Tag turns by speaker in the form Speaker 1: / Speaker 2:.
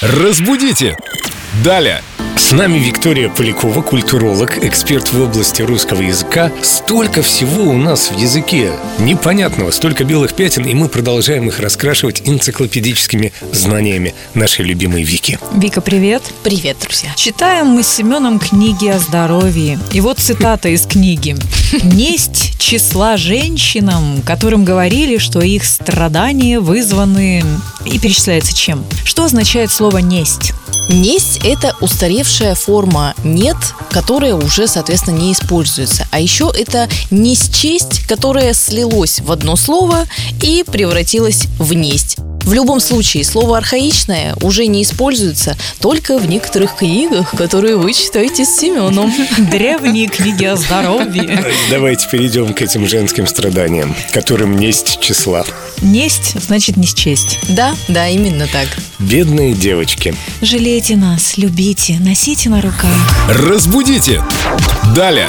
Speaker 1: Разбудите! Далее!
Speaker 2: С нами Виктория Полякова, культуролог, эксперт в области русского языка. Столько всего у нас в языке непонятного, столько белых пятен, и мы продолжаем их раскрашивать энциклопедическими знаниями нашей любимой Вики.
Speaker 3: Вика, привет.
Speaker 4: Привет, друзья.
Speaker 3: Читаем мы с Семеном книги о здоровье. И вот цитата из книги. «Несть числа женщинам, которым говорили, что их страдания вызваны...» И перечисляется чем? Что означает слово «несть»?
Speaker 4: Несть – это устаревшая форма «нет», которая уже, соответственно, не используется. А еще это «несчесть», которая слилось в одно слово и превратилась в «несть». В любом случае, слово «архаичное» уже не используется только в некоторых книгах, которые вы читаете с Семеном.
Speaker 3: Древние книги о здоровье.
Speaker 2: Давайте перейдем к этим женским страданиям, которым несть числа.
Speaker 3: Несть значит не счесть.
Speaker 4: Да, да, именно так.
Speaker 2: Бедные девочки.
Speaker 3: Жалейте нас, любите, носите на руках.
Speaker 1: Разбудите! Далее!